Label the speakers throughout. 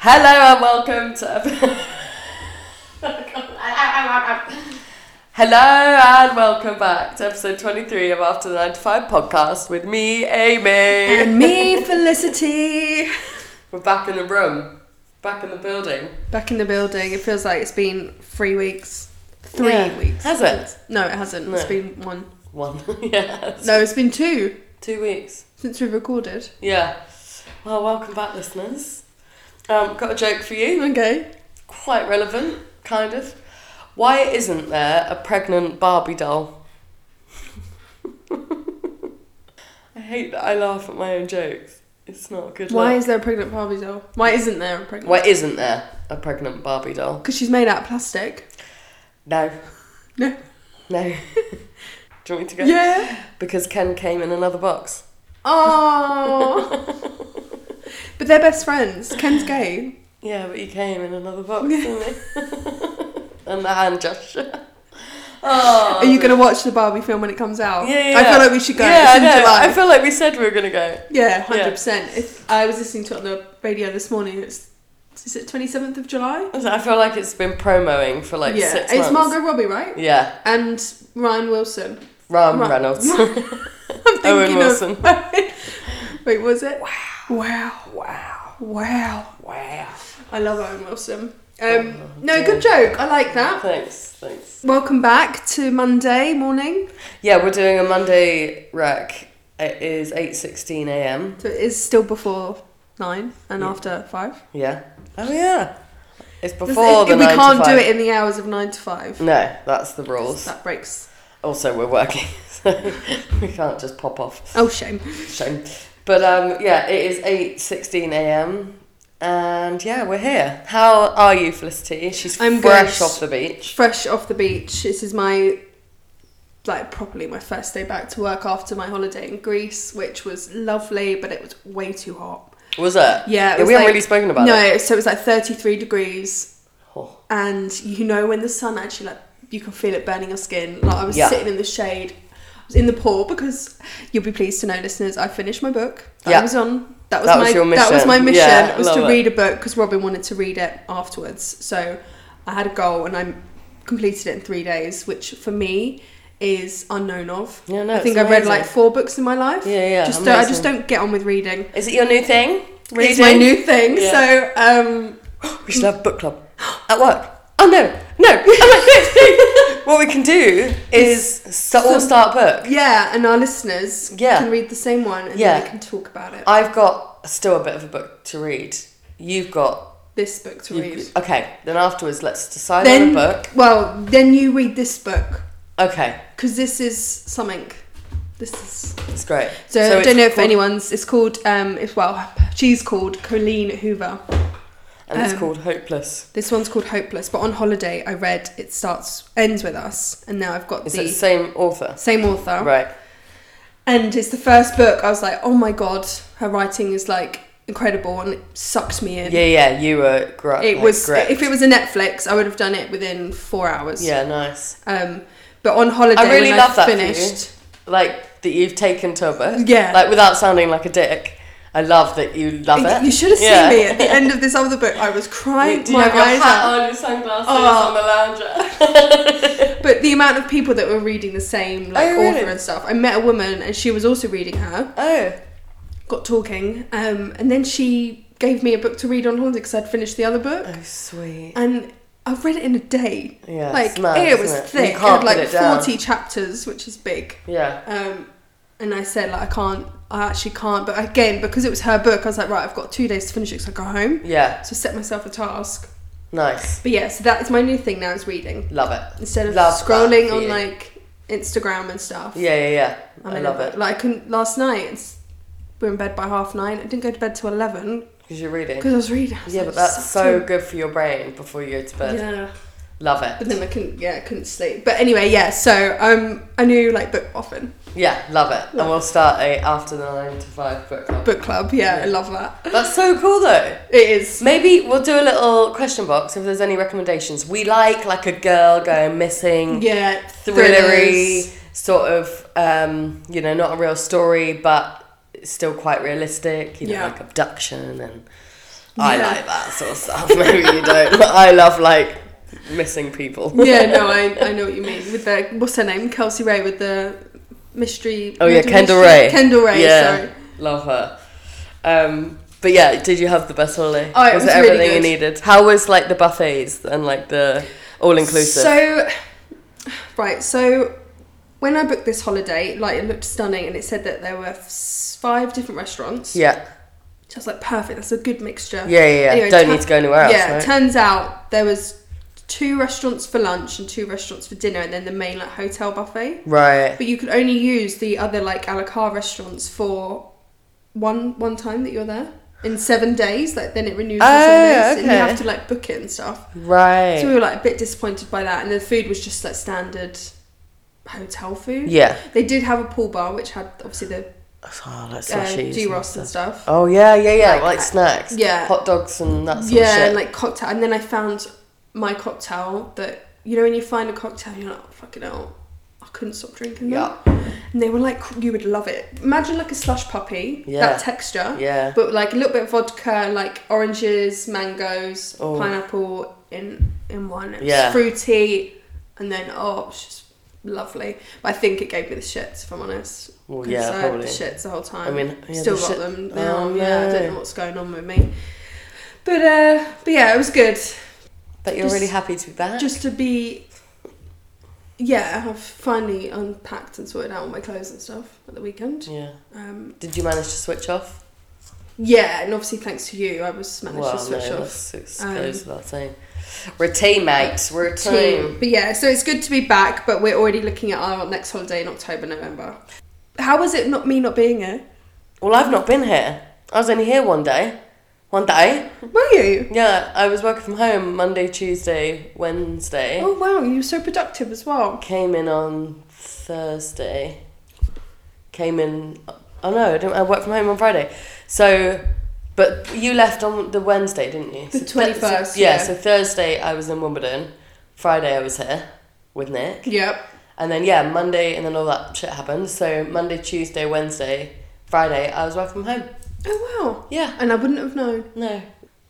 Speaker 1: Hello and welcome to. ep- Hello and welcome back to episode 23 of After the 9 to 5 podcast with me, Amy.
Speaker 2: And me, Felicity.
Speaker 1: We're back in the room, back in the building.
Speaker 2: Back in the building. It feels like it's been three weeks. Three
Speaker 1: Yeah.
Speaker 2: weeks.
Speaker 1: Has it?
Speaker 2: No, it hasn't. It's
Speaker 1: No.
Speaker 2: been one.
Speaker 1: One. yes.
Speaker 2: No, it's been two
Speaker 1: Two weeks.
Speaker 2: since we recorded.
Speaker 1: Yeah. Well, welcome back, listeners. Um, got a joke for you.
Speaker 2: Okay.
Speaker 1: Quite relevant, kind of. Why isn't there a pregnant Barbie doll? I hate that I laugh at my own jokes. It's not a good.
Speaker 2: Why
Speaker 1: look.
Speaker 2: is there a pregnant Barbie doll? Why isn't there a pregnant?
Speaker 1: Why isn't there a pregnant Barbie doll?
Speaker 2: Because she's made out of plastic.
Speaker 1: No,
Speaker 2: No.
Speaker 1: no. Do you want me to go?
Speaker 2: Yeah.
Speaker 1: Because Ken came in another box.
Speaker 2: Oh. but they're best friends. Ken's gay.
Speaker 1: Yeah, but he came in another box, didn't he? and the hand gesture. Oh.
Speaker 2: Are you going to watch the Barbie film when it comes out?
Speaker 1: Yeah, yeah.
Speaker 2: I feel like we should go.
Speaker 1: Yeah,
Speaker 2: It's
Speaker 1: I
Speaker 2: in
Speaker 1: know.
Speaker 2: July.
Speaker 1: I feel like we said we were gonna go.
Speaker 2: Yeah, hundred percent. If I was listening to it on the radio this morning, it's is it twenty seventh of July?
Speaker 1: I feel like it's been promoing for like
Speaker 2: yeah,
Speaker 1: six months.
Speaker 2: it's Margot Robbie, right?
Speaker 1: Yeah,
Speaker 2: And Ryan Wilson.
Speaker 1: Ram
Speaker 2: Ra-
Speaker 1: Reynolds,
Speaker 2: I'm thinking
Speaker 1: Owen Oh,
Speaker 2: of-
Speaker 1: Wilson.
Speaker 2: Wait, was it? Wow,
Speaker 1: Wow,
Speaker 2: wow!
Speaker 1: wow.
Speaker 2: I love Owen Wilson.
Speaker 1: Oh,
Speaker 2: Um, no, good joke. I like that.
Speaker 1: Thanks, thanks.
Speaker 2: Welcome back to Monday morning.
Speaker 1: Yeah, we're doing a Monday rec. It is eight sixteen a.m.
Speaker 2: So it is still before nine and after five.
Speaker 1: Yeah. Oh yeah. It's
Speaker 2: Does
Speaker 1: before
Speaker 2: it-
Speaker 1: the
Speaker 2: we
Speaker 1: nine
Speaker 2: can't
Speaker 1: to
Speaker 2: do
Speaker 1: five.
Speaker 2: it in the hours of nine to five.
Speaker 1: No, that's the rules.
Speaker 2: That breaks.
Speaker 1: Also, we're working, so we can't just pop off.
Speaker 2: Oh, shame.
Speaker 1: Shame. But um, yeah, it is eight sixteen a.m. And yeah, we're here. How are you, Felicity? She's
Speaker 2: I'm
Speaker 1: fresh
Speaker 2: good.
Speaker 1: off the beach.
Speaker 2: fresh off the beach. This is my like properly my first day back to work after my holiday in Greece, which was lovely, but it was way too hot.
Speaker 1: Was it?
Speaker 2: Yeah, it was
Speaker 1: we haven't
Speaker 2: like-
Speaker 1: really spoken about
Speaker 2: no,
Speaker 1: it.
Speaker 2: so it was like 33 degrees,
Speaker 1: Oh,
Speaker 2: and you know when the sun actually like you can feel it burning your skin. Like I was
Speaker 1: Yeah.
Speaker 2: sitting in the shade, I was in the pool because you'll be pleased to know, listeners, I finished my book. That
Speaker 1: Yeah.
Speaker 2: I was on. That was
Speaker 1: That
Speaker 2: my
Speaker 1: was your
Speaker 2: that was
Speaker 1: mission.
Speaker 2: my mission
Speaker 1: Yeah,
Speaker 2: was
Speaker 1: love
Speaker 2: to
Speaker 1: it.
Speaker 2: read a book because Robin wanted to read it afterwards. So I had a goal and I completed it in three days, which for me is unknown of.
Speaker 1: Yeah, no,
Speaker 2: I
Speaker 1: it's
Speaker 2: think I've read
Speaker 1: amazing.
Speaker 2: like four books in my life.
Speaker 1: Yeah, yeah,
Speaker 2: Just don't, I
Speaker 1: amazing.
Speaker 2: just don't get on with reading.
Speaker 1: Is it your new thing? Reading?
Speaker 2: It's my new thing.
Speaker 1: Yeah.
Speaker 2: So um,
Speaker 1: We should have book club at work. Oh no, no. what we can do is so all start book.
Speaker 2: yeah, and our listeners
Speaker 1: Yeah.
Speaker 2: can read the same one and
Speaker 1: Yeah. Uh,
Speaker 2: then they can talk about it.
Speaker 1: I've got still a bit of a book to read. You've got
Speaker 2: this book to
Speaker 1: you-
Speaker 2: read.
Speaker 1: okay. Then afterwards, let's decide on a
Speaker 2: then
Speaker 1: book.
Speaker 2: well, then you read this book
Speaker 1: Okay,
Speaker 2: because this is something. This is
Speaker 1: it's great.
Speaker 2: So, I
Speaker 1: it's
Speaker 2: don't know if
Speaker 1: called-
Speaker 2: anyone's. It's called. Um, it's well, she's called Colleen Hoover.
Speaker 1: And it's
Speaker 2: um,
Speaker 1: called Hopeless.
Speaker 2: This one's called Hopeless. But on holiday, I read it starts ends with us, and now I've got
Speaker 1: Is it
Speaker 2: the
Speaker 1: the same author?
Speaker 2: same author.
Speaker 1: Right.
Speaker 2: And it's the first book. I was like, oh my god, her writing is like incredible, and it sucked me in.
Speaker 1: Yeah, yeah. You were gr-
Speaker 2: It
Speaker 1: like,
Speaker 2: was
Speaker 1: gripped.
Speaker 2: if it was a Netflix, I would have done it within four hours.
Speaker 1: Yeah, nice.
Speaker 2: Um, but on holiday,
Speaker 1: I really
Speaker 2: when
Speaker 1: love
Speaker 2: I
Speaker 1: that for you.
Speaker 2: finished,
Speaker 1: Like that you've taken to a book.
Speaker 2: Yeah.
Speaker 1: Like without sounding like a dick. I love that you love it.
Speaker 2: you should have seen
Speaker 1: Yeah.
Speaker 2: me at the end of this other book. I was crying
Speaker 1: Do you
Speaker 2: my
Speaker 1: have your
Speaker 2: eyes out.
Speaker 1: hat on, your sunglasses
Speaker 2: Oh.
Speaker 1: on the lounger?
Speaker 2: But the amount of people that were reading the same like
Speaker 1: Oh, really?
Speaker 2: author and stuff. I met a woman and she was also reading her.
Speaker 1: Oh,
Speaker 2: Got talking, um, and then she gave me a book to read on holiday because I'd finished the other book,
Speaker 1: oh, sweet.
Speaker 2: and I read it in a day.
Speaker 1: Yeah,
Speaker 2: like
Speaker 1: it's mad,
Speaker 2: it
Speaker 1: isn't
Speaker 2: was
Speaker 1: it?
Speaker 2: thick.
Speaker 1: You
Speaker 2: It
Speaker 1: can't
Speaker 2: had
Speaker 1: put
Speaker 2: like
Speaker 1: it down.
Speaker 2: forty chapters, which is big.
Speaker 1: Yeah,
Speaker 2: Um, and I said like I can't, I actually can't. But again, because it was her book, I was like right, I've got two days to finish it because I go home.
Speaker 1: yeah,
Speaker 2: So I set myself a task.
Speaker 1: nice.
Speaker 2: But yeah, so that is my new thing now is reading
Speaker 1: Love it.
Speaker 2: instead of
Speaker 1: Love that
Speaker 2: scrolling
Speaker 1: for
Speaker 2: on
Speaker 1: you.
Speaker 2: like Instagram and stuff.
Speaker 1: Yeah, yeah, yeah. I,
Speaker 2: mean,
Speaker 1: love it
Speaker 2: Like I couldn't last night. it's- We were in bed by half nine. I didn't go to bed till eleven
Speaker 1: because you're reading.
Speaker 2: because I was reading. I was
Speaker 1: Yeah,
Speaker 2: like,
Speaker 1: but that's
Speaker 2: "Sucked
Speaker 1: so
Speaker 2: in."
Speaker 1: good for your brain before you go to bed.
Speaker 2: Yeah,
Speaker 1: Love
Speaker 2: but
Speaker 1: it.
Speaker 2: then I couldn't. Yeah, I couldn't sleep. But anyway, yeah. So um, I knew like book often
Speaker 1: Yeah, love it. And
Speaker 2: Love
Speaker 1: we'll start a after the nine to five book club.
Speaker 2: book club. Yeah,
Speaker 1: Yeah.
Speaker 2: I love that.
Speaker 1: That's so cool though.
Speaker 2: It is.
Speaker 1: Maybe we'll do a little question box if there's any recommendations. We like like a girl going missing,
Speaker 2: Yeah,
Speaker 1: Mm. thrillery
Speaker 2: thrillers.
Speaker 1: sort of um you know not a real story but still quite realistic you know
Speaker 2: Yeah.
Speaker 1: like abduction and I
Speaker 2: Yeah.
Speaker 1: like that sort of stuff. Maybe you don't. I love like missing people.
Speaker 2: yeah, no, I, I know what you mean. With the what's her name, Kelsey Ray, with the mystery.
Speaker 1: Oh yeah,
Speaker 2: murder
Speaker 1: Kendall
Speaker 2: mystery-
Speaker 1: Ray.
Speaker 2: Kendall Ray.
Speaker 1: Yeah,
Speaker 2: Sorry.
Speaker 1: love her. Um, but yeah, did you have the best holiday?
Speaker 2: Oh, it was really
Speaker 1: everything
Speaker 2: good.
Speaker 1: you needed? How was like the buffets and like the all inclusive?
Speaker 2: So, right, so when I booked this holiday, like it looked stunning, and it said that there were s- five different restaurants.
Speaker 1: yeah,
Speaker 2: So I was like, perfect. That's a good mixture.
Speaker 1: yeah, yeah. yeah.
Speaker 2: Anyway,
Speaker 1: Don't
Speaker 2: tu-
Speaker 1: need to go anywhere else.
Speaker 2: yeah,
Speaker 1: right?
Speaker 2: turns out there was two restaurants for lunch and two restaurants for dinner, and then the main like hotel buffet.
Speaker 1: right.
Speaker 2: But you could only use the other like a la carte restaurants for one one time that you're there in seven days. Like then it renews for
Speaker 1: Oh,
Speaker 2: seven days, and you
Speaker 1: okay.
Speaker 2: have to like book it and stuff.
Speaker 1: Right.
Speaker 2: So we were like a bit disappointed by that, and the food was just like standard hotel food.
Speaker 1: yeah.
Speaker 2: They did have a pool bar, which had obviously the
Speaker 1: Oh, like
Speaker 2: uh,
Speaker 1: slushies.
Speaker 2: G
Speaker 1: and
Speaker 2: Ross and
Speaker 1: stuff.
Speaker 2: stuff.
Speaker 1: Oh yeah, yeah, yeah.
Speaker 2: Like,
Speaker 1: Like,
Speaker 2: uh,
Speaker 1: snacks.
Speaker 2: yeah.
Speaker 1: Hot dogs and that sort
Speaker 2: yeah,
Speaker 1: of shit.
Speaker 2: and like cocktail. And then I found my cocktail that you know when you find a cocktail, you're like oh, fucking hell. I couldn't stop drinking that.
Speaker 1: yeah.
Speaker 2: And they were like, you would love it. Imagine like a slush puppy,
Speaker 1: Yeah.
Speaker 2: that texture.
Speaker 1: Yeah.
Speaker 2: But like a little bit of vodka, like oranges, mangoes,
Speaker 1: Oh.
Speaker 2: pineapple in in one. It was
Speaker 1: Yeah.
Speaker 2: fruity, and then oh, it's just lovely. But I think it gave me the shits, if I'm honest.
Speaker 1: Well,
Speaker 2: 'Cause
Speaker 1: yeah,
Speaker 2: I had
Speaker 1: probably.
Speaker 2: the shits the whole time.
Speaker 1: I mean, yeah,
Speaker 2: still
Speaker 1: the
Speaker 2: got
Speaker 1: shit-
Speaker 2: them now.
Speaker 1: Oh,
Speaker 2: yeah, I
Speaker 1: no.
Speaker 2: don't know what's going on with me. But uh, but yeah, it was good.
Speaker 1: But you're
Speaker 2: Just-
Speaker 1: really happy to be back.
Speaker 2: Just to be. Yeah, I've finally unpacked and sorted out all my clothes and stuff at the weekend.
Speaker 1: yeah.
Speaker 2: Um,
Speaker 1: Did you manage to switch off?
Speaker 2: yeah, and obviously thanks to you, I was managed
Speaker 1: Well,
Speaker 2: to switch
Speaker 1: no,
Speaker 2: off.
Speaker 1: that's It
Speaker 2: Um,
Speaker 1: goes without saying. We're teammates. We're a
Speaker 2: Team.
Speaker 1: team.
Speaker 2: But yeah, so it's good to be back, but we're already looking at our next holiday in October, November. How was it not me not being here?
Speaker 1: Well, I've not been here. I was only here one day. One day.
Speaker 2: Were you?
Speaker 1: Yeah, I was working from home Monday, Tuesday, Wednesday.
Speaker 2: Oh wow, you were so productive as well.
Speaker 1: Came in on Thursday. Came in. Oh no, I didn't. I worked from home on Friday. So, but you left on the Wednesday, didn't you?
Speaker 2: The
Speaker 1: So th-
Speaker 2: 21st,
Speaker 1: so- yeah,
Speaker 2: yeah.
Speaker 1: So Thursday I was in Wimbledon. Friday I was here with Nick.
Speaker 2: Yep.
Speaker 1: And then yeah, Monday and then all that shit happened. So Monday, Tuesday, Wednesday, Friday, I was working from home.
Speaker 2: Oh wow.
Speaker 1: Yeah,
Speaker 2: And I wouldn't have known.
Speaker 1: no.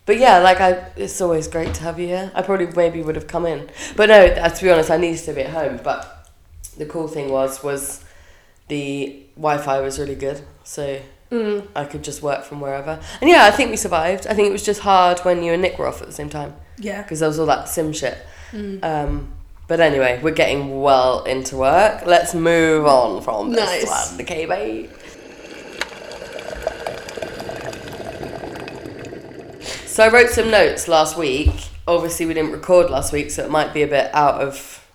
Speaker 1: But yeah, like I, it's always great to have you here. I probably maybe would have come in, but no. uh, To be honest, I needed to be at home. But the cool thing was was the Wi-Fi was really good, so
Speaker 2: Mm.
Speaker 1: I could just work from wherever. And yeah, I think we survived. I think it was just hard when you and Nick were off at the same time
Speaker 2: Yeah.
Speaker 1: because there was all that sim shit.
Speaker 2: Mm.
Speaker 1: Um, but anyway, we're getting well into work. Let's move on from this
Speaker 2: Nice.
Speaker 1: one, okay, babe? So I wrote some notes last week. Obviously, we didn't record last week, so it might be a bit out of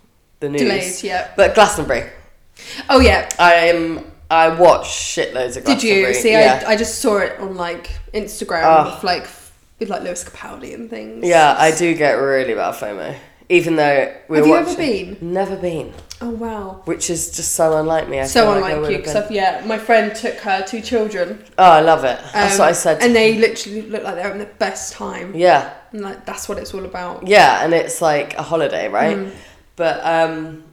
Speaker 1: the news.
Speaker 2: Delayed, yeah.
Speaker 1: But Glastonbury,
Speaker 2: Oh yeah.
Speaker 1: I am. I watched shitloads of
Speaker 2: Did
Speaker 1: Glastonbury.
Speaker 2: you? See
Speaker 1: yeah.
Speaker 2: I, I just saw it on like Instagram
Speaker 1: Ah.
Speaker 2: with like with like Lewis Capaldi and things.
Speaker 1: yeah, I do get really bad FOMO, even though we were
Speaker 2: Have you ever
Speaker 1: watching-
Speaker 2: been?
Speaker 1: Never been.
Speaker 2: Oh wow.
Speaker 1: which is just so unlike me. I
Speaker 2: So
Speaker 1: feel like I
Speaker 2: unlike
Speaker 1: would
Speaker 2: you,
Speaker 1: have
Speaker 2: because
Speaker 1: been-
Speaker 2: I've- yeah, my friend took her two children.
Speaker 1: oh, I love it. That's
Speaker 2: um,
Speaker 1: what I said.
Speaker 2: And they literally look like they're having the best time.
Speaker 1: yeah,
Speaker 2: And like that's what it's all about.
Speaker 1: yeah, and it's like a holiday, right?
Speaker 2: Mm-hmm.
Speaker 1: But um,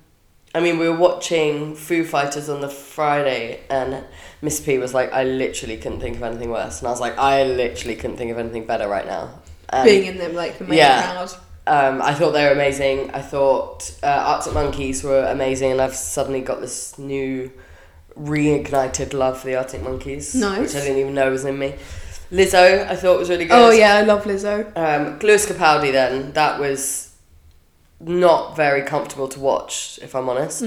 Speaker 1: I mean, we were watching Foo Fighters on the Friday, and Miss P was like, "I literally couldn't think of anything worse," and I was like, "I literally couldn't think of anything better right now." And,
Speaker 2: Being in them like the main
Speaker 1: yeah.
Speaker 2: crowd.
Speaker 1: Um, I thought they were amazing. I thought uh, Arctic Monkeys were amazing, and I've suddenly got this new reignited love for the Arctic Monkeys,
Speaker 2: Nice.
Speaker 1: which I didn't even know was in me. Lizzo, I thought was really good.
Speaker 2: Oh yeah, I love Lizzo.
Speaker 1: Um, Lewis Capaldi, then that was not very comfortable to watch, if I'm honest.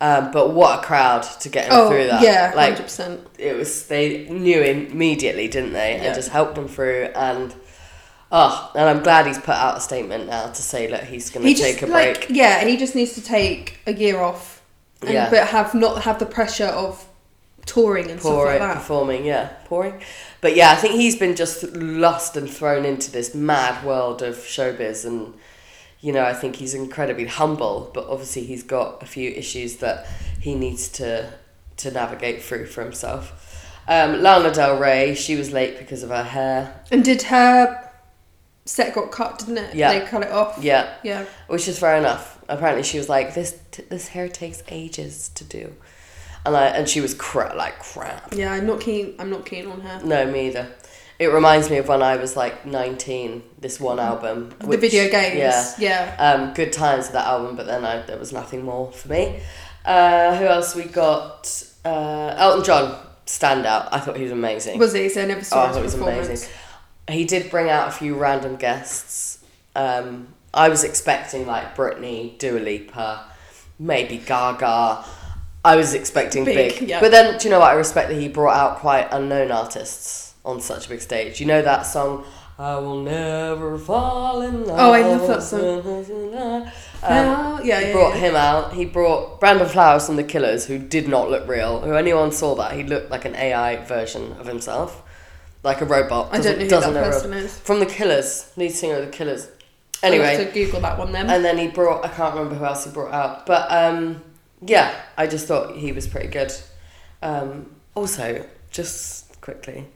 Speaker 1: Um, but what a crowd to get him
Speaker 2: Mm. Oh
Speaker 1: through that!
Speaker 2: yeah, hundred
Speaker 1: like
Speaker 2: percent.
Speaker 1: it was they knew immediately, didn't they?
Speaker 2: Yeah.
Speaker 1: And just helped him through. And oh, and I'm glad he's put out a statement now to say look, he's going
Speaker 2: He
Speaker 1: to
Speaker 2: just
Speaker 1: take a
Speaker 2: like
Speaker 1: break.
Speaker 2: yeah, he just needs to take a year off. And,
Speaker 1: Yeah.
Speaker 2: But have not have the pressure of touring and
Speaker 1: Pour
Speaker 2: stuff
Speaker 1: it,
Speaker 2: like that.
Speaker 1: performing, yeah, pouring. But yeah, I think he's been just lost and thrown into this mad world of showbiz, and you know, I think he's incredibly humble, but obviously he's got a few issues that he needs to to navigate through for himself. Um, Lana Del Rey, she was late because of her hair.
Speaker 2: And did her set got cut, didn't it?
Speaker 1: Yeah.
Speaker 2: They cut it off.
Speaker 1: Yeah,
Speaker 2: Yeah.
Speaker 1: which is fair enough. Apparently, she was like, "This t- this hair takes ages to do," and I and she was cra- like crap.
Speaker 2: Yeah, I'm not keen I'm not keen on her.
Speaker 1: No, me either. It reminds me of when I was like 19, this one album.
Speaker 2: Mm. the
Speaker 1: which-
Speaker 2: video games.
Speaker 1: Yeah.
Speaker 2: yeah.
Speaker 1: Um, good times with that album, but then I, there was nothing more for me. Uh, who else we got? Uh, Elton John, standout. I thought he was amazing.
Speaker 2: Was he? So I never
Speaker 1: Oh,
Speaker 2: saw
Speaker 1: I thought it
Speaker 2: his
Speaker 1: was
Speaker 2: performance.
Speaker 1: amazing. He did bring out a few random guests. Um, I was expecting like Britney, Dua Lipa, maybe Gaga. I was expecting
Speaker 2: Big,
Speaker 1: big.
Speaker 2: yeah.
Speaker 1: But then, do you know what? I respect that he brought out quite unknown artists on such a big stage. You know that song, I Will Never Fall in Love?
Speaker 2: Oh, I love that
Speaker 1: song.
Speaker 2: Oh, yeah,
Speaker 1: Um, he
Speaker 2: yeah,
Speaker 1: brought
Speaker 2: yeah.
Speaker 1: him out. He brought Brandon Flowers from The Killers, who did not look real. Who anyone saw that he looked like an AI version of himself, like a robot.
Speaker 2: I don't know who
Speaker 1: doesn't
Speaker 2: that
Speaker 1: look
Speaker 2: person
Speaker 1: real.
Speaker 2: is. Oh,
Speaker 1: From The Killers, lead singer of The Killers.
Speaker 2: I'll have
Speaker 1: Anyway,
Speaker 2: to Google that one then.
Speaker 1: and then he brought I can't remember who else he brought out, but um, yeah, I just thought he was pretty good. Um, also, just quickly,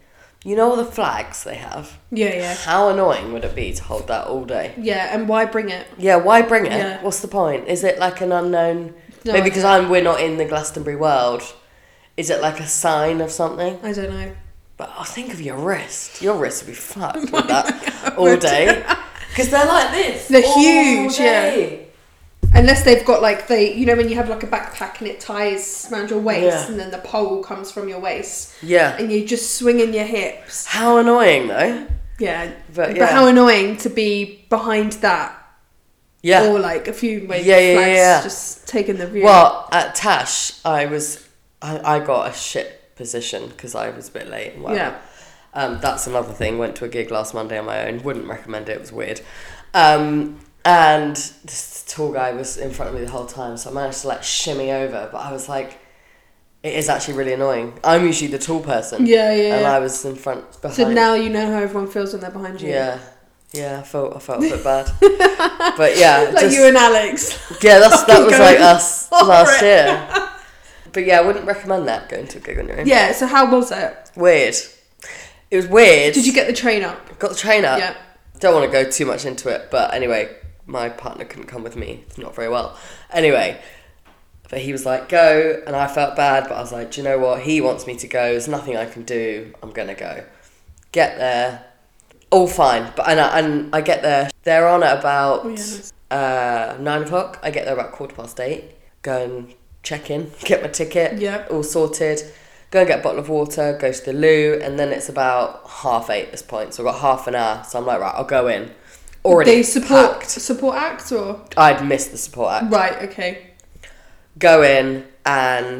Speaker 1: you know all the flags they have.
Speaker 2: yeah, yeah,
Speaker 1: How annoying would it be to hold that all day?
Speaker 2: yeah. And why bring it?
Speaker 1: Yeah, why bring it?
Speaker 2: Yeah.
Speaker 1: What's the point? Is it like an unknown?
Speaker 2: No,
Speaker 1: Maybe
Speaker 2: I-
Speaker 1: because I'm we're not in the Glastonbury world. Is it like a sign of something?
Speaker 2: I don't know.
Speaker 1: But oh, think of your wrist. Your wrist would be fucked with that all day. Because they're like this.
Speaker 2: Oh They're
Speaker 1: all
Speaker 2: huge, yeah.
Speaker 1: day.
Speaker 2: Unless they've got like they, you know, when you have like a backpack and it ties around your waist,
Speaker 1: Yeah.
Speaker 2: and then the pole comes from your waist,
Speaker 1: yeah.
Speaker 2: and you're just swinging your hips.
Speaker 1: How annoying though.
Speaker 2: Yeah,
Speaker 1: But,
Speaker 2: but,
Speaker 1: yeah.
Speaker 2: how annoying to be behind that,
Speaker 1: Yeah.
Speaker 2: or like a few waves
Speaker 1: Yeah, yeah,
Speaker 2: flags
Speaker 1: yeah.
Speaker 2: just taking the view.
Speaker 1: Well, at Tash, I was, I, I got a shit position because I was a bit late. and whatever.
Speaker 2: Yeah.
Speaker 1: Um, that's another thing. Went to a gig last Monday on my own. Wouldn't recommend it. It was weird. Um, and this tall guy was in front of me the whole time, so I managed to like shimmy over. But I was like, it is actually really annoying. I'm usually the tall person.
Speaker 2: Yeah, yeah,
Speaker 1: And
Speaker 2: yeah.
Speaker 1: I was in front behind.
Speaker 2: so now you know how everyone feels when they're behind you.
Speaker 1: Yeah. Yeah, I felt I felt a bit bad, but yeah,
Speaker 2: like
Speaker 1: just-
Speaker 2: you and Alex.
Speaker 1: yeah, that's that was
Speaker 2: Going
Speaker 1: like us
Speaker 2: for
Speaker 1: last
Speaker 2: it.
Speaker 1: year. But yeah, I wouldn't recommend that going to a gig on your own.
Speaker 2: yeah. So how was it?
Speaker 1: Weird. It was weird.
Speaker 2: Did you get the train up?
Speaker 1: got the train up?
Speaker 2: Yeah.
Speaker 1: Don't want to go too much into it, but anyway, my partner couldn't come with me. It's not very well. Anyway, but he was like, go, and I felt bad, but I was like, do you know what? He wants me to go. There's nothing I can do. I'm gonna go. Get there. All fine, but and I, and I get there. They're on at about
Speaker 2: Oh, yeah, nice.
Speaker 1: uh, nine o'clock. I get there about quarter past eight. Go and check in, get my ticket.
Speaker 2: Yeah.
Speaker 1: All sorted. Go and get a bottle of water. Go to the loo, and then it's about half eight at this point. So I've got half an hour. So I'm like, right, I'll go in. Already
Speaker 2: they support
Speaker 1: packed.
Speaker 2: support act or
Speaker 1: I'd missed the support act.
Speaker 2: right? Okay.
Speaker 1: go in and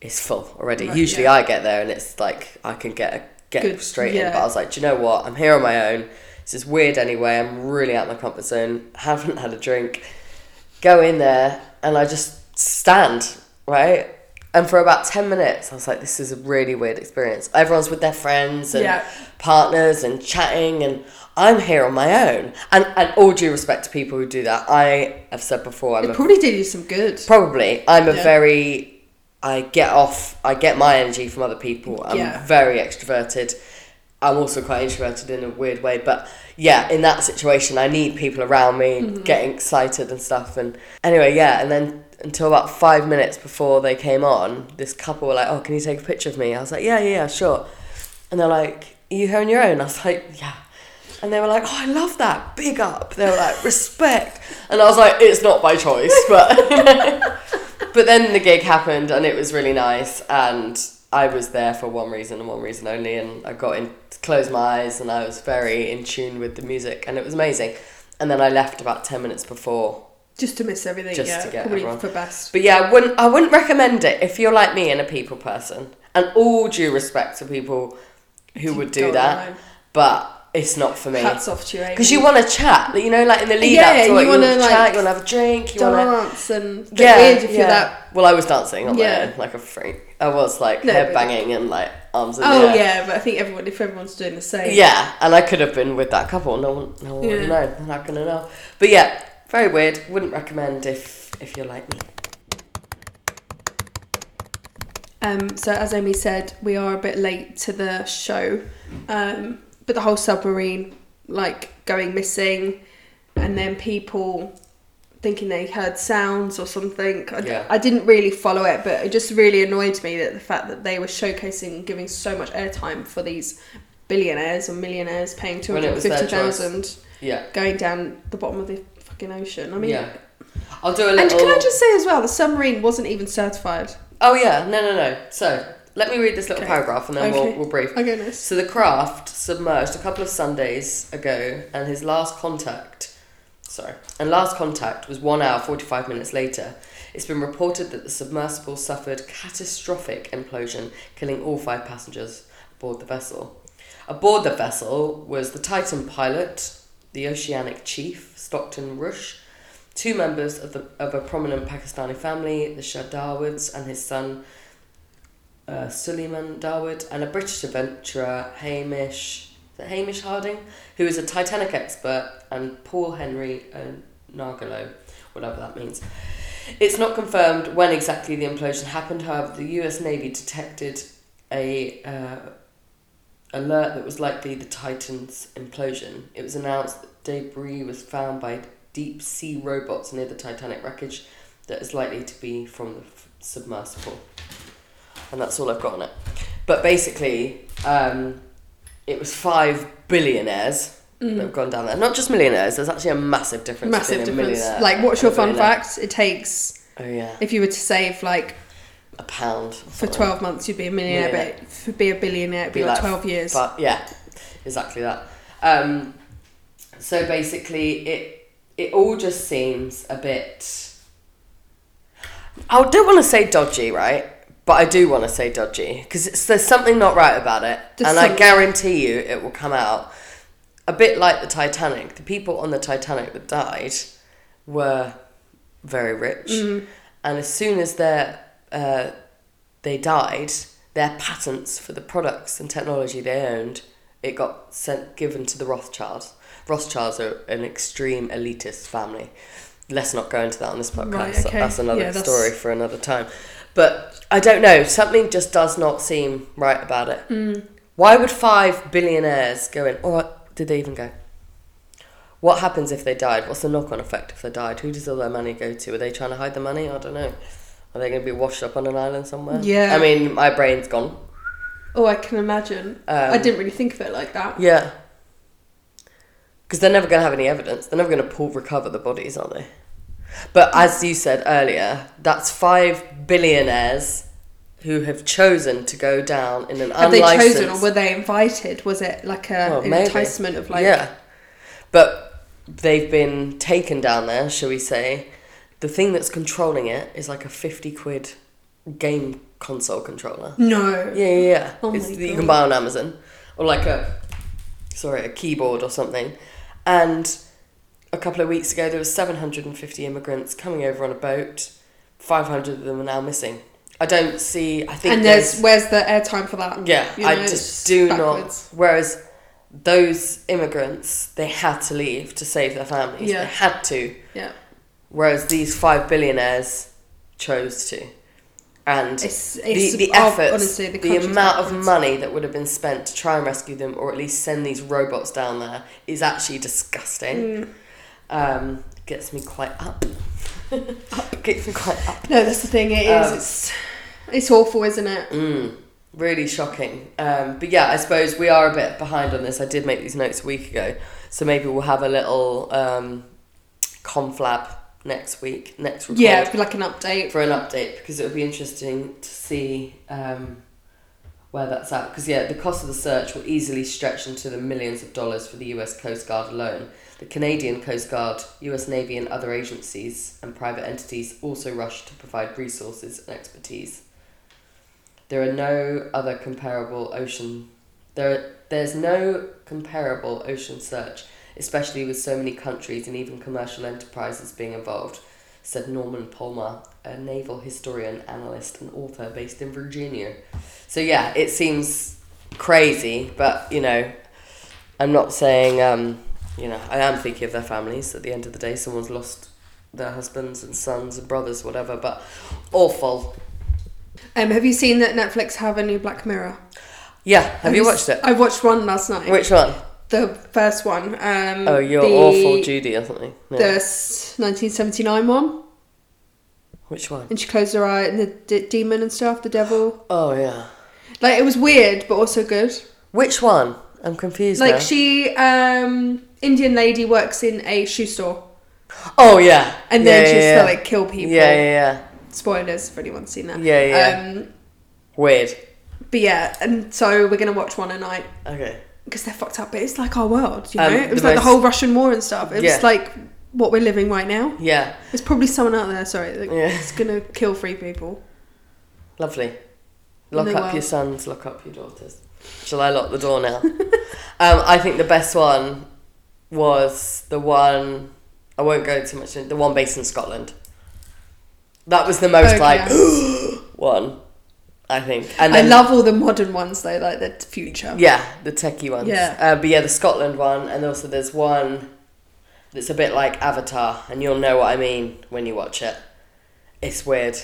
Speaker 1: it's full already.
Speaker 2: Right,
Speaker 1: Usually
Speaker 2: yeah.
Speaker 1: I get there and it's like I can get a, get
Speaker 2: Good,
Speaker 1: straight
Speaker 2: yeah.
Speaker 1: in, but I was like, do you know what? I'm here on my own. This is weird anyway. I'm really out of my comfort zone. Haven't had a drink. Go in there and I just stand right. And for about ten minutes, I was like, "This is a really weird experience." Everyone's with their friends and
Speaker 2: Yeah.
Speaker 1: partners and chatting, and I'm here on my own. And and all due respect to people who do that, I have said before, I'm a
Speaker 2: It probably did you some good.
Speaker 1: Probably. I'm a
Speaker 2: Yeah.
Speaker 1: very. I get off. I get my energy from other people. I'm
Speaker 2: Yeah.
Speaker 1: very extroverted. I'm also quite introverted in a weird way, but yeah, in that situation, I need people around me
Speaker 2: Mm-hmm.
Speaker 1: getting excited and stuff. And anyway, yeah, and then until about five minutes before they came on, this couple were like, "Oh, can you take a picture of me?" I was like, "Yeah, yeah, yeah, sure." And they're like, "Are you here on your own?" I was like, "Yeah." And they were like, "Oh, I love that. Big up." They were like, "Respect." And I was like, "It's not by choice, but." But then the gig happened and it was really nice and I was there for one reason and one reason only and I got in closed my eyes and I was very in tune with the music and it was amazing. And then I left about ten minutes before.
Speaker 2: Just to miss everything.
Speaker 1: Just
Speaker 2: yeah.
Speaker 1: to get
Speaker 2: probably
Speaker 1: everyone.
Speaker 2: for best.
Speaker 1: But yeah, I wouldn't I wouldn't recommend it if you're like me and a people person. And all due respect to people who would
Speaker 2: Go
Speaker 1: do
Speaker 2: on
Speaker 1: that.
Speaker 2: alone.
Speaker 1: But it's not for me.
Speaker 2: Hats off to you,
Speaker 1: Because you want to chat, you know, like in the lead
Speaker 2: Yeah,
Speaker 1: up to
Speaker 2: you
Speaker 1: it, you want
Speaker 2: wanna,
Speaker 1: to
Speaker 2: like,
Speaker 1: chat, you want to have a drink, you want to
Speaker 2: dance and get weird if you're that.
Speaker 1: Well, I was dancing on
Speaker 2: Yeah.
Speaker 1: my own like a freak. I was like
Speaker 2: No,
Speaker 1: head
Speaker 2: but-
Speaker 1: banging and like arms in the
Speaker 2: Oh yeah.
Speaker 1: air.
Speaker 2: but I think everyone if everyone's doing the same.
Speaker 1: Yeah, and I could have been with that couple. No one, no one
Speaker 2: Yeah.
Speaker 1: would know. They're not gonna know. But yeah, very weird. Wouldn't recommend if if you're like me.
Speaker 2: Um. So as Amy said, we are a bit late to the show, um, but the whole submarine like going missing, and then people thinking they heard sounds or something. I, d-
Speaker 1: Yeah.
Speaker 2: I didn't really follow it, but it just really annoyed me that the fact that they were showcasing, giving so much airtime for these billionaires or millionaires paying two
Speaker 1: When it
Speaker 2: hundred
Speaker 1: was their
Speaker 2: fifty thousand
Speaker 1: Yeah.
Speaker 2: going down the bottom of the fucking ocean. I mean,
Speaker 1: yeah. I'll do a little.
Speaker 2: and can I just say as well, the submarine wasn't even certified.
Speaker 1: Oh yeah, no, no, no. So let me read this little
Speaker 2: Okay.
Speaker 1: paragraph and then
Speaker 2: Okay.
Speaker 1: we'll, we'll brief.
Speaker 2: Okay, nice.
Speaker 1: So the craft submerged a couple of Sundays ago, and his last contact, sorry, and last contact was one hour forty five minutes later. It's been reported that the submersible suffered catastrophic implosion, killing all five passengers aboard the vessel. Aboard the vessel was the Titan pilot, the Oceanic chief Stockton Rush, two members of the of a prominent Pakistani family, the Shah Darwoods, and his son uh, Suleiman Darwood, and a British adventurer, Hamish, is it Hamish Harding, who is a Titanic expert, and Paul Henry Nagalo, whatever that means. It's not confirmed when exactly the implosion happened, however, the US Navy detected a. Uh, Alert that was likely the Titan's implosion. It was announced that debris was found by deep sea robots near the Titanic wreckage that is likely to be from the f- submersible and that's all I've got on it. But basically, um, it was five billionaires that have gone down there. Not just millionaires. There's actually a massive difference.
Speaker 2: Mm. Massive
Speaker 1: between a
Speaker 2: difference.
Speaker 1: millionaire
Speaker 2: Like, what's your
Speaker 1: and uh, a
Speaker 2: fun
Speaker 1: billionaire.
Speaker 2: fact? It takes
Speaker 1: Oh yeah,
Speaker 2: if you were to save like
Speaker 1: a pound or
Speaker 2: for
Speaker 1: something.
Speaker 2: twelve months, you'd be a millionaire,
Speaker 1: Millionaire.
Speaker 2: but for be a billionaire, it'd be, like, twelve years.
Speaker 1: But yeah, exactly that. Um, so basically, it it all just seems a bit. I don't want to say dodgy, right? But I do want to say dodgy because there's something not right about it,
Speaker 2: There's
Speaker 1: and I
Speaker 2: something.
Speaker 1: guarantee you it will come out. A bit like the Titanic, the people on the Titanic that died were very rich,
Speaker 2: Mm-hmm.
Speaker 1: and as soon as their uh, they died, their patents for the products and technology they owned, it got sent given to the Rothschilds. Rothschilds are an extreme elitist family. Let's not go into that on this podcast.
Speaker 2: Right,
Speaker 1: That-
Speaker 2: okay.
Speaker 1: That's another
Speaker 2: Yeah, that's-
Speaker 1: story for another time. But I don't know. Something just does not seem right about it.
Speaker 2: Mm.
Speaker 1: Why would five billionaires go in? Or did they even go? What happens if they died? What's the knock on effect if they died? Who does all their money go to? Are they trying to hide the money? I don't know. Are they going to be washed up on an island somewhere?
Speaker 2: Yeah.
Speaker 1: I mean, my brain's gone.
Speaker 2: Oh, I can imagine.
Speaker 1: Um,
Speaker 2: I didn't really think of it like that.
Speaker 1: Yeah. Because they're never going to have any evidence. They're never going to pull recover the bodies, are they? But as you said earlier, that's five billionaires who have chosen to go down in an
Speaker 2: Have they
Speaker 1: unlicensed.
Speaker 2: chosen or were they invited? Was it like a
Speaker 1: Well,
Speaker 2: an
Speaker 1: maybe.
Speaker 2: enticement of like
Speaker 1: yeah but they've been taken down there shall we say the thing that's controlling it is like a 50 quid game console controller
Speaker 2: no?
Speaker 1: yeah yeah, yeah.
Speaker 2: Oh
Speaker 1: it's
Speaker 2: my
Speaker 1: that you
Speaker 2: God.
Speaker 1: can buy on amazon or like a sorry a keyboard or something and a couple of weeks ago there was 750 immigrants coming over on a boat 500 of them are now missing i don't see i think
Speaker 2: And there's where's the airtime for that?
Speaker 1: yeah,
Speaker 2: You know,
Speaker 1: I
Speaker 2: it's
Speaker 1: just do
Speaker 2: backwards.
Speaker 1: not. Whereas those immigrants, they had to leave to save their families.
Speaker 2: Yeah.
Speaker 1: They had to.
Speaker 2: Yeah,
Speaker 1: Whereas these five billionaires chose to. And
Speaker 2: it's, it's
Speaker 1: the, the
Speaker 2: oh,
Speaker 1: efforts,
Speaker 2: honestly, the,
Speaker 1: the
Speaker 2: country's
Speaker 1: amount of
Speaker 2: backwards.
Speaker 1: money that would have been spent to try and rescue them or at least send these robots down there is actually
Speaker 2: Mm.
Speaker 1: disgusting. Um, gets me quite up. gets me quite up.
Speaker 2: No, that's the thing. It is.
Speaker 1: Um,
Speaker 2: it's it's awful, isn't it?
Speaker 1: Mm, really shocking. Um, but yeah, I suppose we are a bit behind on this. I did make these notes a week ago, so maybe we'll have a little um, conflab next week, next record
Speaker 2: Yeah, it'd be like an update.
Speaker 1: for an update because it would be interesting to see um, where that's at. Because yeah, the cost of the search will easily stretch into the millions of dollars for the U.S. Coast Guard alone. The Canadian Coast Guard, U.S. Navy, and other agencies and private entities also rushed to provide resources and expertise. There are no other comparable ocean. There, there's no comparable ocean search, especially with so many countries and even commercial enterprises being involved said Norman Palmer, a naval historian, analyst, and author based in Virginia. So, yeah, it seems crazy, but you know, I'm not saying, um, you know, I am thinking of their families. At the end of the day, someone's lost their husbands and sons and brothers, whatever, but awful.
Speaker 2: Um, have you seen that Netflix have a new Black Mirror?
Speaker 1: Yeah, have you
Speaker 2: s-
Speaker 1: watched it?
Speaker 2: I watched one last night.
Speaker 1: Which one?
Speaker 2: The first one. Um,
Speaker 1: Oh, you're
Speaker 2: the,
Speaker 1: awful Judy or something. Yeah.
Speaker 2: The s- 1979 one,
Speaker 1: Which one?
Speaker 2: and she closed her eye, and the d- demon and stuff, the devil.
Speaker 1: Oh, yeah.
Speaker 2: Like it was weird, but also good.
Speaker 1: Which one? I'm confused.
Speaker 2: Like
Speaker 1: now.
Speaker 2: she, um, Indian lady works in a shoe store,
Speaker 1: Oh yeah.
Speaker 2: and then
Speaker 1: yeah,
Speaker 2: she's
Speaker 1: yeah,
Speaker 2: to
Speaker 1: yeah.
Speaker 2: like kill people.
Speaker 1: Yeah, yeah, yeah.
Speaker 2: Spoilers if anyone's seen that.
Speaker 1: Yeah, yeah.
Speaker 2: Um,
Speaker 1: Weird.
Speaker 2: but yeah, and so we're gonna watch one a night
Speaker 1: Okay.
Speaker 2: because they're fucked up. But it's like our world, you know.
Speaker 1: Um,
Speaker 2: it was
Speaker 1: the
Speaker 2: like
Speaker 1: most-
Speaker 2: the whole Russian war and stuff. It
Speaker 1: Yeah.
Speaker 2: was like what we're living right now.
Speaker 1: Yeah.
Speaker 2: There's probably someone out there. Sorry, that-
Speaker 1: Yeah.
Speaker 2: that's gonna kill three people.
Speaker 1: Lovely. Lock
Speaker 2: the
Speaker 1: up
Speaker 2: world.
Speaker 1: your sons, lock up your daughters. Shall I lock the door now? um, I think the best one was the one, I won't go too much in, the one based in Scotland. That was the most
Speaker 2: Oh,
Speaker 1: like
Speaker 2: yeah.
Speaker 1: one, I think. And
Speaker 2: I
Speaker 1: then,
Speaker 2: love all the modern ones though, like the future.
Speaker 1: Yeah, the techie ones.
Speaker 2: Yeah.
Speaker 1: Uh, but yeah, the Scotland one, and also there's one that's a bit like Avatar, and you'll know what I mean when you watch it. It's weird.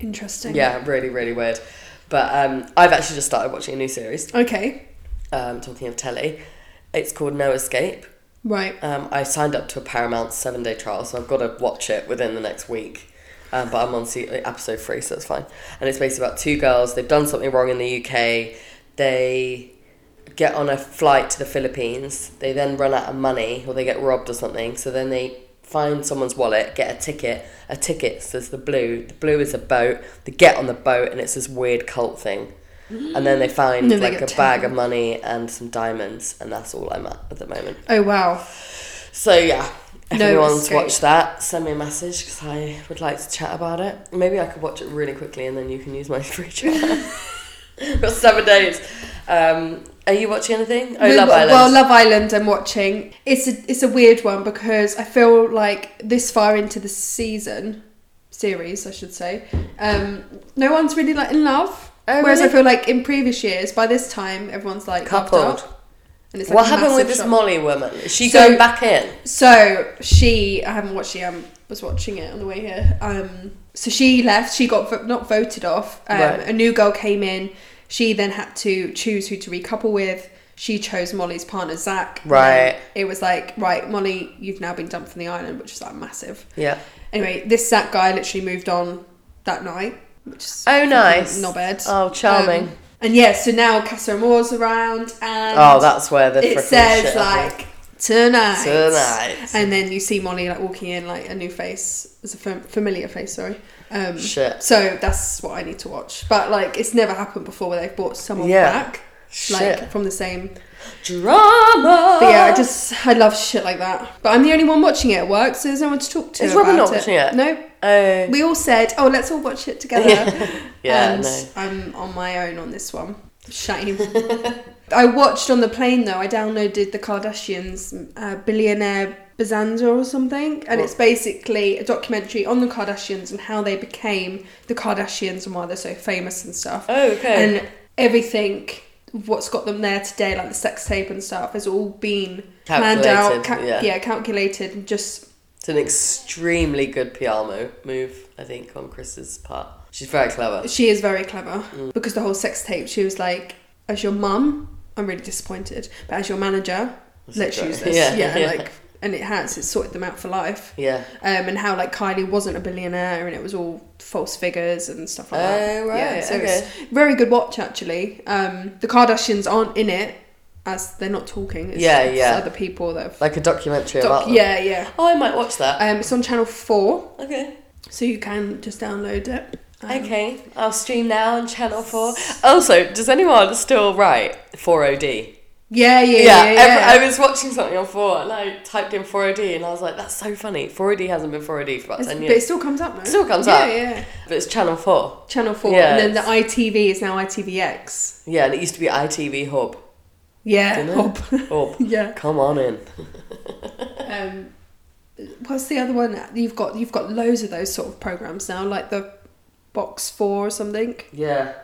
Speaker 2: Interesting.
Speaker 1: Yeah, really, really weird. But um, I've actually just started watching a new series.
Speaker 2: Okay.
Speaker 1: Um, talking of telly, it's called No Escape.
Speaker 2: Right.
Speaker 1: Um, I signed up to a Paramount seven day trial, so I've got to watch it within the next week. Um, but I'm on se- episode three, so it's fine. And it's basically about two girls. They've done something wrong in the UK. They get on a flight to the Philippines. They then run out of money, or they get robbed or something. So then they find someone's wallet, get a ticket. A ticket says the blue. The blue is a boat. They get on the boat, and it's this weird cult thing. And then they find
Speaker 2: And then they
Speaker 1: like a
Speaker 2: get
Speaker 1: bag of
Speaker 2: taken.
Speaker 1: money and some diamonds, and that's all I'm at at the moment.
Speaker 2: Oh wow.
Speaker 1: So yeah, if
Speaker 2: No
Speaker 1: anyone's
Speaker 2: escape.
Speaker 1: watched that, send me a message because I would like to chat about it. Maybe I could watch it really quickly and then you can use my free chat. Got seven days. Um, are you watching anything? Oh,
Speaker 2: We-
Speaker 1: Love Island.
Speaker 2: Well, Love Island. I'm watching. It's a it's a weird one because I feel like this far into the season series, I should say, um, no one's really like in love.
Speaker 1: Oh,
Speaker 2: Whereas I
Speaker 1: really?
Speaker 2: feel like in previous years, by this time, everyone's like coupled.
Speaker 1: Coupled.
Speaker 2: Up, and it's like
Speaker 1: what
Speaker 2: a
Speaker 1: happened with
Speaker 2: massive
Speaker 1: this
Speaker 2: shock.
Speaker 1: Molly woman? Is she
Speaker 2: So-
Speaker 1: going back in?
Speaker 2: So she, I haven't watched it. I was watching it on the way here. Um, so she left. She got vo- not voted off. Um,
Speaker 1: Right.
Speaker 2: A new girl came in. She then had to choose who to recouple with. She chose Molly's partner Zach. And
Speaker 1: Right.
Speaker 2: It was like right, Molly, you've now been dumped from the island, which is like massive.
Speaker 1: Yeah.
Speaker 2: Anyway, this Zach guy literally moved on that night, which is
Speaker 1: Oh,
Speaker 2: fucking
Speaker 1: nice.
Speaker 2: not bad.
Speaker 1: Oh, charming.
Speaker 2: Um, and yeah, so now Casa Moore's around, and
Speaker 1: oh, that's where the
Speaker 2: Um, it
Speaker 1: frickin'
Speaker 2: says
Speaker 1: shit happened.
Speaker 2: like tonight,
Speaker 1: Tonight.
Speaker 2: and then you see Molly like walking in like a new face, it's a fam- familiar face, sorry. Um,
Speaker 1: Shit.
Speaker 2: So that's what I need to watch, but like it's never happened before where they've brought someone
Speaker 1: Yeah.
Speaker 2: back.
Speaker 1: Shit.
Speaker 2: Like from the same,
Speaker 1: Drama.
Speaker 2: but yeah, I just I love shit like that. But I'm the only one watching it at work, so there's no one to talk to.
Speaker 1: Is
Speaker 2: about
Speaker 1: Robin not
Speaker 2: it.
Speaker 1: watching it?
Speaker 2: No,
Speaker 1: Oh.
Speaker 2: we all said, oh, let's all watch it together.
Speaker 1: yeah.
Speaker 2: and
Speaker 1: No.
Speaker 2: I'm on my own on this one. Shame. I watched on the plane though. I downloaded the Kardashians, uh, billionaire Bazanza or something, and it's basically a documentary on the Kardashians and how they became the Kardashians and why they're so famous and stuff.
Speaker 1: Oh, okay.
Speaker 2: And everything, what's got them there today, like the sex tape and stuff, has all been planned out,
Speaker 1: Calculated, yeah.
Speaker 2: yeah, calculated, and just
Speaker 1: It's an extremely good PR mo- move, I think, on Chris's part. She's very clever.
Speaker 2: She is very clever
Speaker 1: Mm.
Speaker 2: because the whole sex tape, she was like, as your mum, I'm really disappointed, but as your manager, let's
Speaker 1: great.
Speaker 2: use this.
Speaker 1: Yeah,
Speaker 2: Yeah,
Speaker 1: yeah.
Speaker 2: like, and it has, it's sorted them out for life.
Speaker 1: Yeah.
Speaker 2: Um, and how like Kylie wasn't a billionaire and it was all false figures and stuff like that.
Speaker 1: Oh, right,
Speaker 2: Yeah, so
Speaker 1: okay.
Speaker 2: it's very good watch actually. Um, the Kardashians aren't in it as they're not talking. It's,
Speaker 1: Yeah,
Speaker 2: it's
Speaker 1: yeah.
Speaker 2: other people that have.
Speaker 1: Like a documentary
Speaker 2: doc-
Speaker 1: about them.
Speaker 2: yeah, yeah.
Speaker 1: Oh, I might watch that.
Speaker 2: Um, it's on Channel Four,
Speaker 1: Okay.
Speaker 2: so you can just download it. Um,
Speaker 1: Okay. I'll stream now on Channel 4. Also, does anyone still write 4OD?
Speaker 2: Yeah, yeah,
Speaker 1: Yeah,
Speaker 2: yeah. yeah,
Speaker 1: every- I was watching something on 4 and I typed in 4OD and I was like, that's so funny. 4OD hasn't been 4OD for about
Speaker 2: It's-
Speaker 1: 10
Speaker 2: But it
Speaker 1: years.
Speaker 2: still comes up, no?
Speaker 1: Still comes
Speaker 2: yeah,
Speaker 1: up.
Speaker 2: Yeah, yeah.
Speaker 1: But it's Channel 4.
Speaker 2: Channel 4.
Speaker 1: Yeah,
Speaker 2: and then the ITV is now ITVX.
Speaker 1: Yeah, and it used to be ITV Hub.
Speaker 2: Yeah.
Speaker 1: Didn't
Speaker 2: Hub.
Speaker 1: it? Hub.
Speaker 2: yeah.
Speaker 1: Come on in.
Speaker 2: Um, what's the other one? You've got you've got loads of those sort of programs now, like the Box 4 or something.
Speaker 1: Yeah.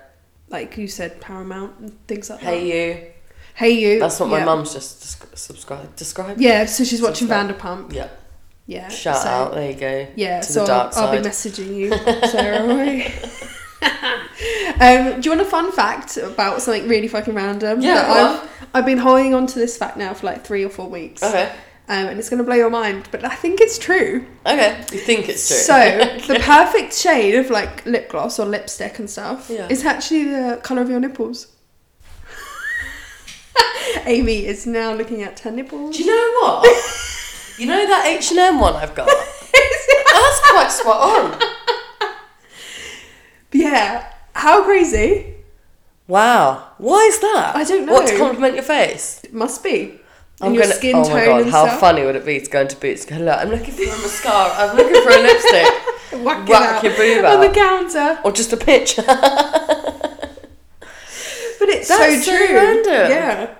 Speaker 2: Like you said, Paramount and things like that.
Speaker 1: Hey, you.
Speaker 2: Hey You.
Speaker 1: That's what my
Speaker 2: yeah.
Speaker 1: mum's just descri- subscribed. Described.
Speaker 2: Yeah, so she's watching
Speaker 1: Subscribe.
Speaker 2: Vanderpump.
Speaker 1: Yeah.
Speaker 2: Yeah.
Speaker 1: Shout
Speaker 2: so-
Speaker 1: out. There you go.
Speaker 2: Yeah,
Speaker 1: To the
Speaker 2: so
Speaker 1: dark
Speaker 2: I'll, I'll be
Speaker 1: side.
Speaker 2: messaging you, Sarah. won't I? um, do you want a fun fact about something really fucking random?
Speaker 1: Yeah,
Speaker 2: that
Speaker 1: go on.
Speaker 2: I've, I've been holding on to this fact now for like three or four weeks.
Speaker 1: Okay.
Speaker 2: Um, and it's going to blow your mind, but I think it's true.
Speaker 1: Okay. You think it's true.
Speaker 2: So, the perfect shade of like lip gloss or lipstick and stuff
Speaker 1: Yeah.
Speaker 2: is actually the colour of your nipples. Amy is now looking at her nipples.
Speaker 1: Do you know what? you know that H and M one I've got. That's quite spot on.
Speaker 2: yeah. How crazy?
Speaker 1: Wow. Why is that?
Speaker 2: I don't
Speaker 1: What to
Speaker 2: know.
Speaker 1: compliment your face?
Speaker 2: It must be. And your
Speaker 1: gonna-
Speaker 2: skin
Speaker 1: oh
Speaker 2: tone
Speaker 1: my god,
Speaker 2: and
Speaker 1: how
Speaker 2: stuff.
Speaker 1: funny would it be to go into Boots and go, look, I'm looking for a mascara, I'm looking for a lipstick,
Speaker 2: Whack, it
Speaker 1: Whack
Speaker 2: out
Speaker 1: your boob
Speaker 2: on the
Speaker 1: out.
Speaker 2: counter.
Speaker 1: or just a picture.
Speaker 2: But it's
Speaker 1: That's
Speaker 2: so
Speaker 1: so
Speaker 2: true.
Speaker 1: random.
Speaker 2: Yeah. So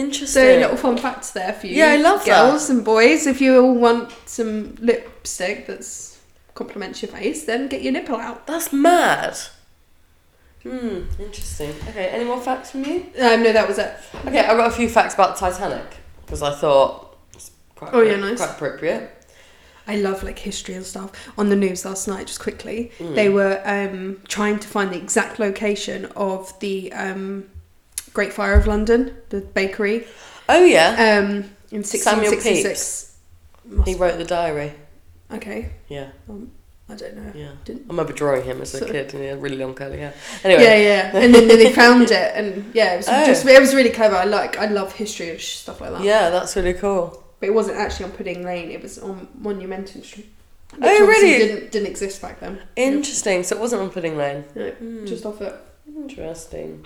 Speaker 1: Interesting.
Speaker 2: little fun facts there for you.
Speaker 1: Yeah, I love that.
Speaker 2: girls and boys. If you all want some lipstick that's compliments your face, then get your nipple out.
Speaker 1: That's mad. Hmm, interesting. Okay, any more facts from you?
Speaker 2: Um, no, that was it.
Speaker 1: Okay, I got a few facts about Titanic because I thought it's quite,
Speaker 2: Oh, yeah,
Speaker 1: appro-
Speaker 2: nice.
Speaker 1: quite appropriate.
Speaker 2: I love like history and stuff. On the news last night, just quickly,
Speaker 1: Hmm.
Speaker 2: they were um, trying to find the exact location of the um, Great Fire of London, the bakery,
Speaker 1: Oh yeah,
Speaker 2: um, in
Speaker 1: Samuel
Speaker 2: 1666.
Speaker 1: he
Speaker 2: Must-
Speaker 1: wrote the diary.
Speaker 2: Okay,
Speaker 1: Yeah,
Speaker 2: I don't know.
Speaker 1: yeah.
Speaker 2: Didn't-
Speaker 1: I remember drawing him as a
Speaker 2: So-
Speaker 1: kid and he had really long curly hair. Anyway,
Speaker 2: Yeah, yeah, and then, then they found it, and yeah, it was
Speaker 1: Oh.
Speaker 2: just it was really clever. I like I love history and sh- stuff like that.
Speaker 1: Yeah, that's really cool.
Speaker 2: but it wasn't actually on Pudding Lane; it was on Monumental Street. Which
Speaker 1: Oh,
Speaker 2: obviously
Speaker 1: really?
Speaker 2: Didn't didn't exist back then.
Speaker 1: Interesting. So it wasn't on Pudding Lane.
Speaker 2: No,
Speaker 1: Hmm.
Speaker 2: just off it.
Speaker 1: Interesting.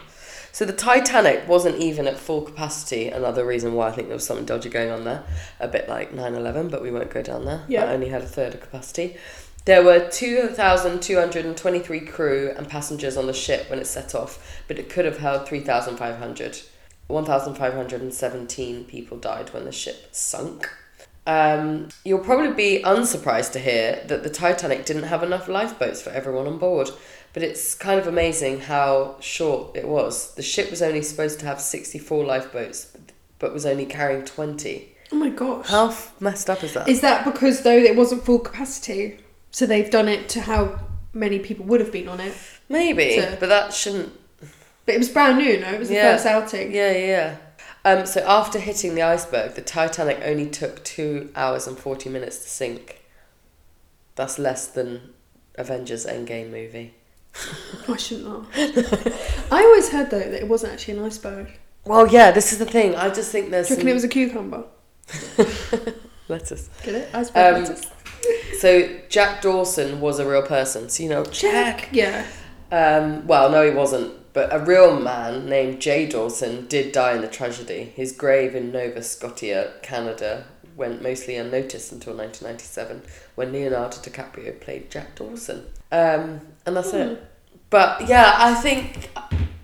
Speaker 1: So the Titanic wasn't even at full capacity. Another reason why I think there was something dodgy going on there. A bit like 9 11, but we won't go down there.
Speaker 2: Yeah.
Speaker 1: That only had a third of capacity. There were 2,223 crew and passengers on the ship when it set off, but it could have held 3,500. 1,517 people died when the ship sunk. Um, you'll probably be unsurprised to hear that the Titanic didn't have enough lifeboats for everyone on board, but it's kind of amazing how short it was. The ship was only supposed to have 64 lifeboats, but was only carrying 20.
Speaker 2: Oh my gosh!
Speaker 1: How f- messed up is that?
Speaker 2: Is that because though it wasn't full capacity, so they've done it to how many people would have been on it?
Speaker 1: Maybe,
Speaker 2: So-
Speaker 1: but that shouldn't
Speaker 2: But it was brand new, no? It was the
Speaker 1: Yeah.
Speaker 2: first outing.
Speaker 1: Yeah, yeah. yeah. Um, so after hitting the iceberg, the Titanic only took two hours and forty minutes to sink. That's less than Avengers Endgame movie.
Speaker 2: I shouldn't laugh. I always heard though that it wasn't actually an iceberg.
Speaker 1: Well, yeah, this is the thing. I just think there's
Speaker 2: Do you
Speaker 1: some
Speaker 2: reckon it was a cucumber?
Speaker 1: lettuce.
Speaker 2: Get it? Iceberg
Speaker 1: Um,
Speaker 2: lettuce.
Speaker 1: So Jack Dawson was a real person. So you know Jack.
Speaker 2: Yeah.
Speaker 1: Um, well, no, he wasn't. But a real man named Jay Dawson did die in the tragedy. His grave in Nova Scotia, Canada, went mostly unnoticed until 1997 when Leonardo DiCaprio played Jack Dawson. Um, and that's
Speaker 2: Hmm.
Speaker 1: it. But yeah, I think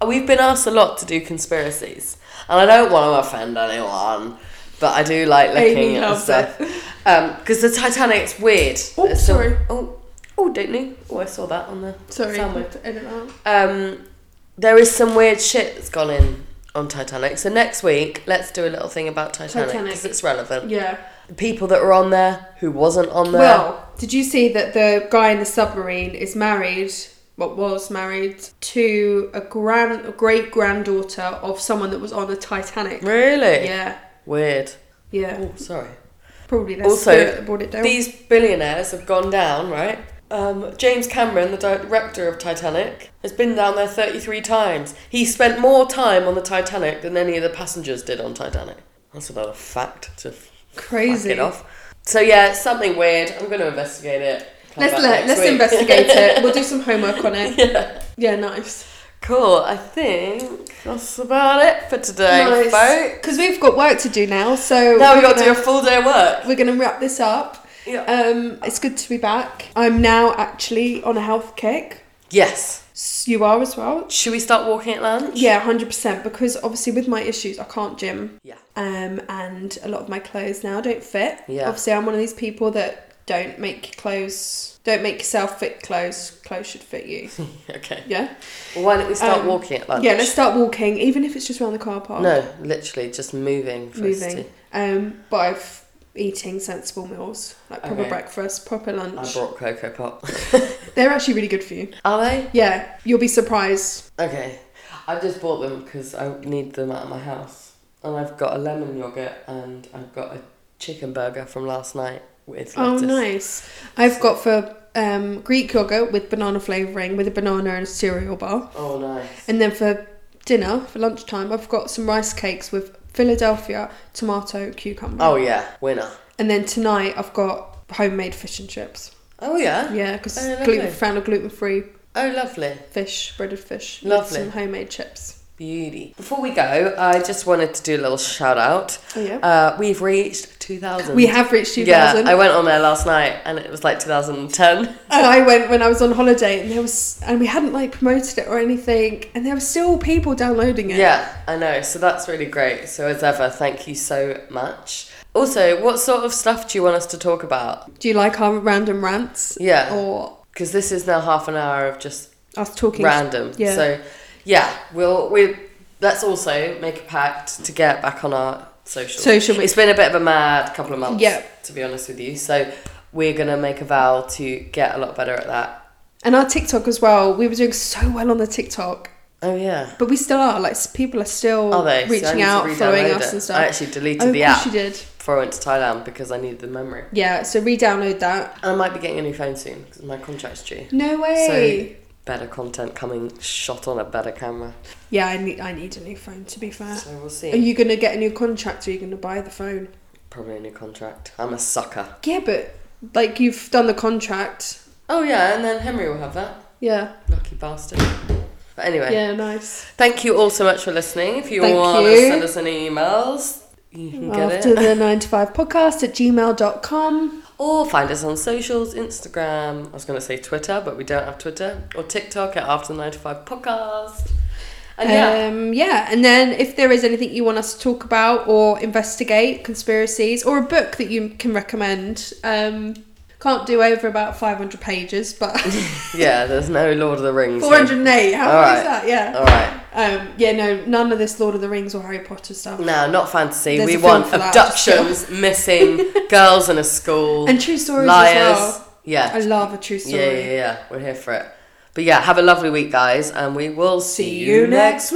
Speaker 1: we've been asked a lot to do conspiracies. And I don't want to offend anyone, but I do like
Speaker 2: Amy
Speaker 1: looking at
Speaker 2: loves
Speaker 1: stuff. Because the Titanic's weird.
Speaker 2: Oh,
Speaker 1: There's some-
Speaker 2: sorry.
Speaker 1: Oh, oh, don't know. Oh, I saw that on the
Speaker 2: Sorry.
Speaker 1: soundwave
Speaker 2: to edit that out.
Speaker 1: um, there is some weird shit that's gone in on Titanic. So next week, let's do a little thing about Titanic
Speaker 2: Titanic.
Speaker 1: because it's relevant.
Speaker 2: Yeah.
Speaker 1: The people that were on there, who wasn't on there.
Speaker 2: Well, did you see that the guy in the submarine is married, what was married, to a grand, a great granddaughter of someone that was on the Titanic?
Speaker 1: really?
Speaker 2: Yeah.
Speaker 1: Weird.
Speaker 2: Yeah.
Speaker 1: Oh, sorry.
Speaker 2: Probably their
Speaker 1: Also,
Speaker 2: spirit that brought it down.
Speaker 1: These billionaires have gone down, right? Um, James Cameron, the director of Titanic, has been down there 33 times. He spent more time on the Titanic than any of the passengers did on Titanic. That's another fact to
Speaker 2: Crazy.
Speaker 1: Fuck it off. So yeah, it's something weird. I'm going to investigate it. Come
Speaker 2: Let's
Speaker 1: back
Speaker 2: let,
Speaker 1: next
Speaker 2: let's
Speaker 1: week.
Speaker 2: investigate it. We'll do some homework on it.
Speaker 1: yeah.
Speaker 2: Yeah, nice.
Speaker 1: Cool. I think that's about it for today, folks.
Speaker 2: Because we've got work to do now, so
Speaker 1: Now
Speaker 2: we're
Speaker 1: we've got to do a
Speaker 2: gonna,
Speaker 1: full day of work. Uh,
Speaker 2: we're gonna wrap this up.
Speaker 1: Yeah.
Speaker 2: Um, it's good to be back. I'm now actually on a health kick.
Speaker 1: yes.
Speaker 2: S- You are as well.
Speaker 1: Should we start walking at lunch?
Speaker 2: Yeah, hundred percent. Because obviously with my issues, I can't gym.
Speaker 1: Yeah.
Speaker 2: Um, and a lot of my clothes now don't fit.
Speaker 1: Yeah.
Speaker 2: Obviously, I'm one of these people that don't make clothes. Don't make yourself fit clothes. Clothes should fit you.
Speaker 1: Okay.
Speaker 2: Yeah.
Speaker 1: Well, why don't we start
Speaker 2: Um,
Speaker 1: walking at lunch?
Speaker 2: Yeah. Let's start walking, even if it's just around the car park.
Speaker 1: No, literally just moving. First
Speaker 2: moving. Um, but I've eating sensible meals like proper
Speaker 1: Okay.
Speaker 2: breakfast, proper
Speaker 1: I
Speaker 2: lunch.
Speaker 1: brought cocoa pop.
Speaker 2: They're actually really good for you.
Speaker 1: Are they?
Speaker 2: Yeah, you'll be surprised.
Speaker 1: Okay, I just bought them because I need them out of my house, and I've got a lemon yogurt and I've got a chicken burger from last night with
Speaker 2: Oh,
Speaker 1: lettuce.
Speaker 2: nice. I've got for um, Greek yogurt with banana flavouring with a banana and a cereal bar.
Speaker 1: Oh, nice.
Speaker 2: And then for dinner, for lunchtime, I've got some rice cakes with Philadelphia tomato cucumber.
Speaker 1: Oh yeah, winner.
Speaker 2: And then tonight I've got homemade fish and chips.
Speaker 1: Oh yeah.
Speaker 2: Yeah, because
Speaker 1: Oh, lovely.
Speaker 2: gluten found a gluten free
Speaker 1: Oh lovely.
Speaker 2: fish, breaded fish,
Speaker 1: Lovely.
Speaker 2: with some homemade chips.
Speaker 1: Beauty. Before we go, I just wanted to do a little shout out.
Speaker 2: Oh yeah.
Speaker 1: Uh, we've reached 2000.
Speaker 2: we have reached two
Speaker 1: Yeah,
Speaker 2: thousand.
Speaker 1: I went on there last night and it was like 2010.
Speaker 2: and I went when I was on holiday, and there was, and we hadn't like promoted it or anything, and there were still people downloading it.
Speaker 1: Yeah, I know. So that's really great. So as ever, thank you so much. Also, what sort of stuff do you want us to talk about?
Speaker 2: Do you like our random rants?
Speaker 1: Yeah.
Speaker 2: Or
Speaker 1: Because this is now half an hour of just
Speaker 2: us talking?
Speaker 1: random.
Speaker 2: Yeah.
Speaker 1: So yeah, we'll we let's also make a pact to get back on our social.
Speaker 2: Social media.
Speaker 1: It's been a bit of a mad couple of months.
Speaker 2: Yeah.
Speaker 1: To be honest with you, so we're gonna make a vow to get a lot better at that.
Speaker 2: and our TikTok as well. We were doing so well on the TikTok,
Speaker 1: Oh yeah.
Speaker 2: but we still are. Like people are still
Speaker 1: Are they So I
Speaker 2: reaching
Speaker 1: need to
Speaker 2: out,
Speaker 1: re-download
Speaker 2: following us
Speaker 1: it.
Speaker 2: and stuff.
Speaker 1: I actually deleted
Speaker 2: oh, of
Speaker 1: the
Speaker 2: course
Speaker 1: app
Speaker 2: you did.
Speaker 1: before I went to Thailand because I needed the memory.
Speaker 2: Yeah. So re-download that.
Speaker 1: I might be getting a new phone soon because my contract's due.
Speaker 2: No way.
Speaker 1: So better content coming shot on a better camera.
Speaker 2: yeah, I need I need a new phone. To be fair.
Speaker 1: So we'll
Speaker 2: Uh, Are
Speaker 1: see.
Speaker 2: you gonna get a new contract or are you gonna buy the phone?
Speaker 1: Probably a new contract. I'm a sucker.
Speaker 2: Yeah, but like you've done the contract.
Speaker 1: Oh yeah, and then Henry will have that.
Speaker 2: Yeah.
Speaker 1: Lucky bastard. But anyway,
Speaker 2: Yeah, nice.
Speaker 1: thank you all so much for listening. If you
Speaker 2: Thank
Speaker 1: want to
Speaker 2: you.
Speaker 1: send us any emails, you can get
Speaker 2: After
Speaker 1: it.
Speaker 2: the nine to five podcast at gmail.com.
Speaker 1: Or find us on socials, Instagram. I was going to say Twitter, but we don't have Twitter. Or TikTok at After the 9 to 5 podcast. And yeah,
Speaker 2: Um, yeah, and then if there is anything you want us to talk about or investigate, conspiracies, or a book that you can recommend, um, can't do over about 500 pages, but
Speaker 1: yeah, there's no Lord of the Rings. here.
Speaker 2: 408, how
Speaker 1: All
Speaker 2: many
Speaker 1: right.
Speaker 2: is that? Yeah.
Speaker 1: All right.
Speaker 2: Um, yeah, no, none of this Lord of the Rings or Harry Potter stuff.
Speaker 1: No, not fantasy.
Speaker 2: There's
Speaker 1: we
Speaker 2: a film
Speaker 1: want
Speaker 2: for that, just kidding.
Speaker 1: abductions, missing, girls in a school,
Speaker 2: And true stories
Speaker 1: liars.
Speaker 2: as well.
Speaker 1: Yeah.
Speaker 2: I love a true story.
Speaker 1: Yeah, yeah, yeah. We're here for it. But yeah, have a lovely week, guys, and we will see,
Speaker 2: See
Speaker 1: you,
Speaker 2: you
Speaker 1: next
Speaker 2: next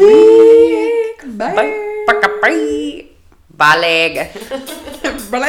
Speaker 1: week.
Speaker 2: Bye.
Speaker 1: Bye. Bye. Bye. leg.
Speaker 2: Bye.